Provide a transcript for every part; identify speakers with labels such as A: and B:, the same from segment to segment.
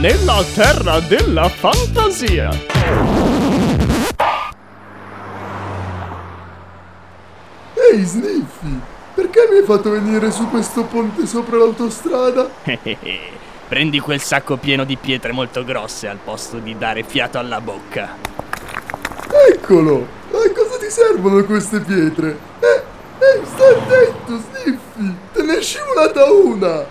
A: nella terra della fantasia.
B: Ehi Sniffy, perché mi hai fatto venire su questo ponte sopra l'autostrada?
A: Prendi quel sacco pieno di pietre molto grosse al posto di dare fiato alla bocca.
B: Eccolo! A cosa ti servono queste pietre? Eh, eh, sta attento Sniffy, te ne è scivolata una!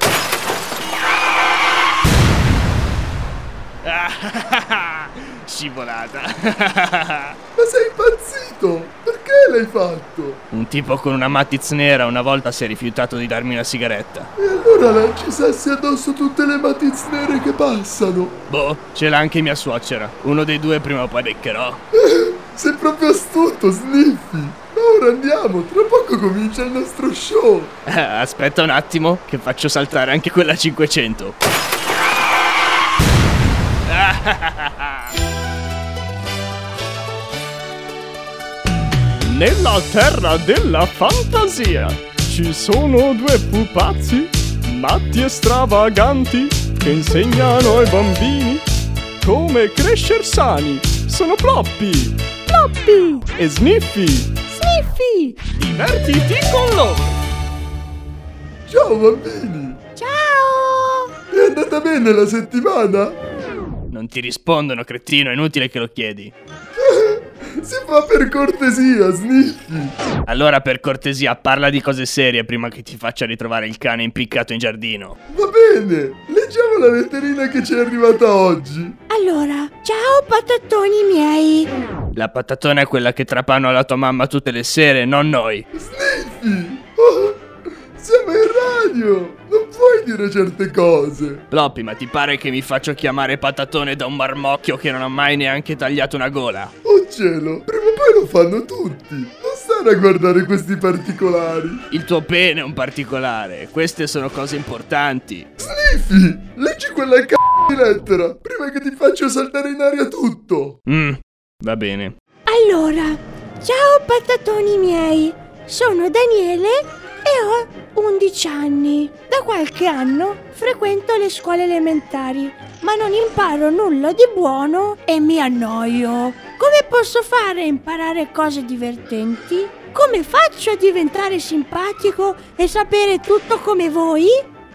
A: Scivolata.
B: Ma sei impazzito? Perché l'hai fatto?
A: Un tipo con una matiz nera una volta si è rifiutato di darmi una sigaretta.
B: E allora lanci sassi addosso tutte le matiz nere che passano.
A: Boh, ce l'ha anche mia suocera. Uno dei due prima o poi beccherò.
B: Sei proprio astuto, Sniffy! Ma ora andiamo, tra poco comincia il nostro show!
A: Eh, Aspetta un attimo, che faccio saltare anche quella 500. Nella terra della fantasia ci sono due pupazzi matti e stravaganti che insegnano ai bambini come crescer sani. Sono Ploppi, Ploppi e Sniffy. Sniffy! Divertiti con loro!
B: Ciao bambini!
C: Ciao!
B: È andata bene la settimana?
A: Non ti rispondono, cretino, è inutile che lo chiedi.
B: Si fa per cortesia, Sniffy!
A: Allora, per cortesia, parla di cose serie prima che ti faccia ritrovare il cane impiccato in giardino.
B: Va bene! Leggiamo la letterina che ci è arrivata oggi!
C: Allora, ciao patatoni miei!
A: La patatona è quella che trapano alla tua mamma tutte le sere, non noi.
B: Sniffy! Oh, siamo in radio! Non puoi dire certe cose!
A: Loppi, ma ti pare che mi faccio chiamare patatone da un marmocchio che non ha mai neanche tagliato una gola?
B: Oh cielo, prima o poi lo fanno tutti! Non stare a guardare questi particolari!
A: Il tuo pene è un particolare, queste sono cose importanti.
B: Sniffy! Leggi quella c***o di lettera! Prima che ti faccio saltare in aria tutto!
A: Mmm, va bene.
C: Allora, ciao patatoni miei! Sono Daniele e ho 11 anni. Da qualche anno frequento le scuole elementari, ma non imparo nulla di buono e mi annoio. Come posso fare a imparare cose divertenti? Come faccio a diventare simpatico e sapere tutto come voi?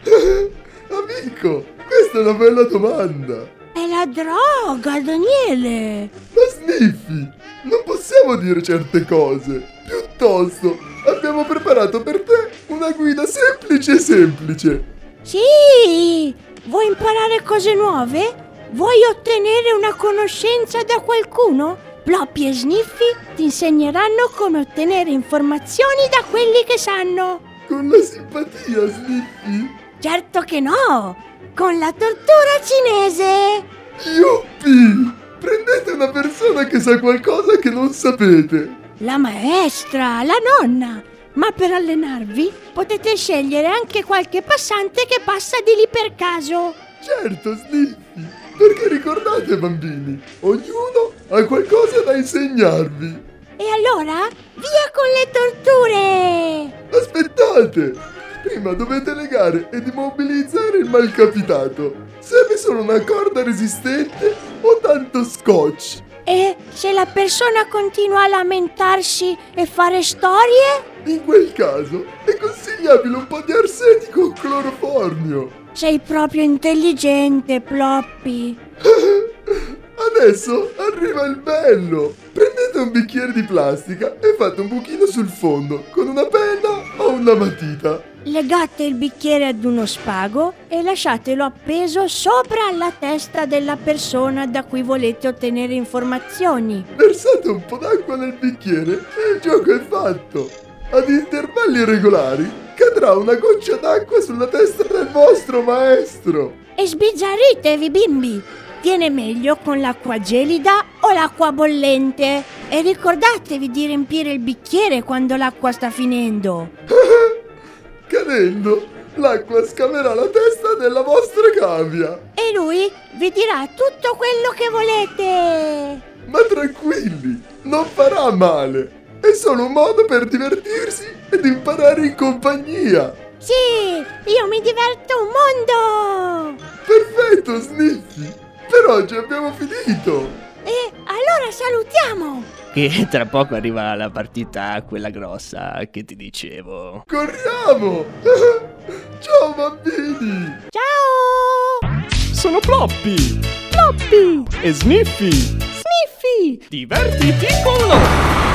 B: Amico, questa è una bella domanda!
C: È la droga, Daniele!
B: Ma Sniffy, non possiamo dire certe cose. Piuttosto, abbiamo preparato per te una guida semplice semplice.
C: Sì! Vuoi imparare cose nuove? Vuoi ottenere una conoscenza da qualcuno? Ploppi e Sniffy ti insegneranno come ottenere informazioni da quelli che sanno.
B: Con la simpatia, Sniffy.
C: Certo che no! Con la tortura cinese!
B: Yuppi! Prendete una persona che sa qualcosa che non sapete.
C: La maestra, la nonna! Ma per allenarvi potete scegliere anche qualche passante che passa di lì per caso.
B: Certo, Sniffy. Perché ricordate, bambini, ognuno ha qualcosa da insegnarvi.
C: E allora, via con le torture!
B: Aspettate! Prima dovete legare ed immobilizzare il malcapitato. Serve solo una corda resistente o tanto scotch.
C: E se la persona continua a lamentarsi e fare storie?
B: In quel caso è consigliabile un po' di arsenico o cloroformio.
C: Sei proprio intelligente, Ploppi.
B: Adesso arriva il bello. Prendete un bicchiere di plastica e fate un buchino sul fondo con una penna o una matita.
C: Legate il bicchiere ad uno spago e lasciatelo appeso sopra la testa della persona da cui volete ottenere informazioni.
B: Versate un po' d'acqua nel bicchiere e il gioco è fatto. Ad intervalli regolari cadrà una goccia d'acqua sulla testa del vostro maestro.
C: E sbizzarritevi, bimbi! Viene meglio con l'acqua gelida o l'acqua bollente. E ricordatevi di riempire il bicchiere quando l'acqua sta finendo.
B: Cadendo, l'acqua scaverà la testa della vostra cavia.
C: E lui vi dirà tutto quello che volete.
B: Ma tranquilli, non farà male. È solo un modo per divertirsi ed imparare in compagnia.
C: Sì, io mi diverto un mondo!
B: Perfetto, Sniffy! Per oggi abbiamo finito!
C: E allora salutiamo!
D: Che tra poco arriva la partita, quella grossa che ti dicevo.
B: Corriamo! Ciao bambini!
C: Ciao!
A: Sono Floppy
C: Floppy!
A: e Sniffy.
C: Sniffy!
A: Divertiti con loro!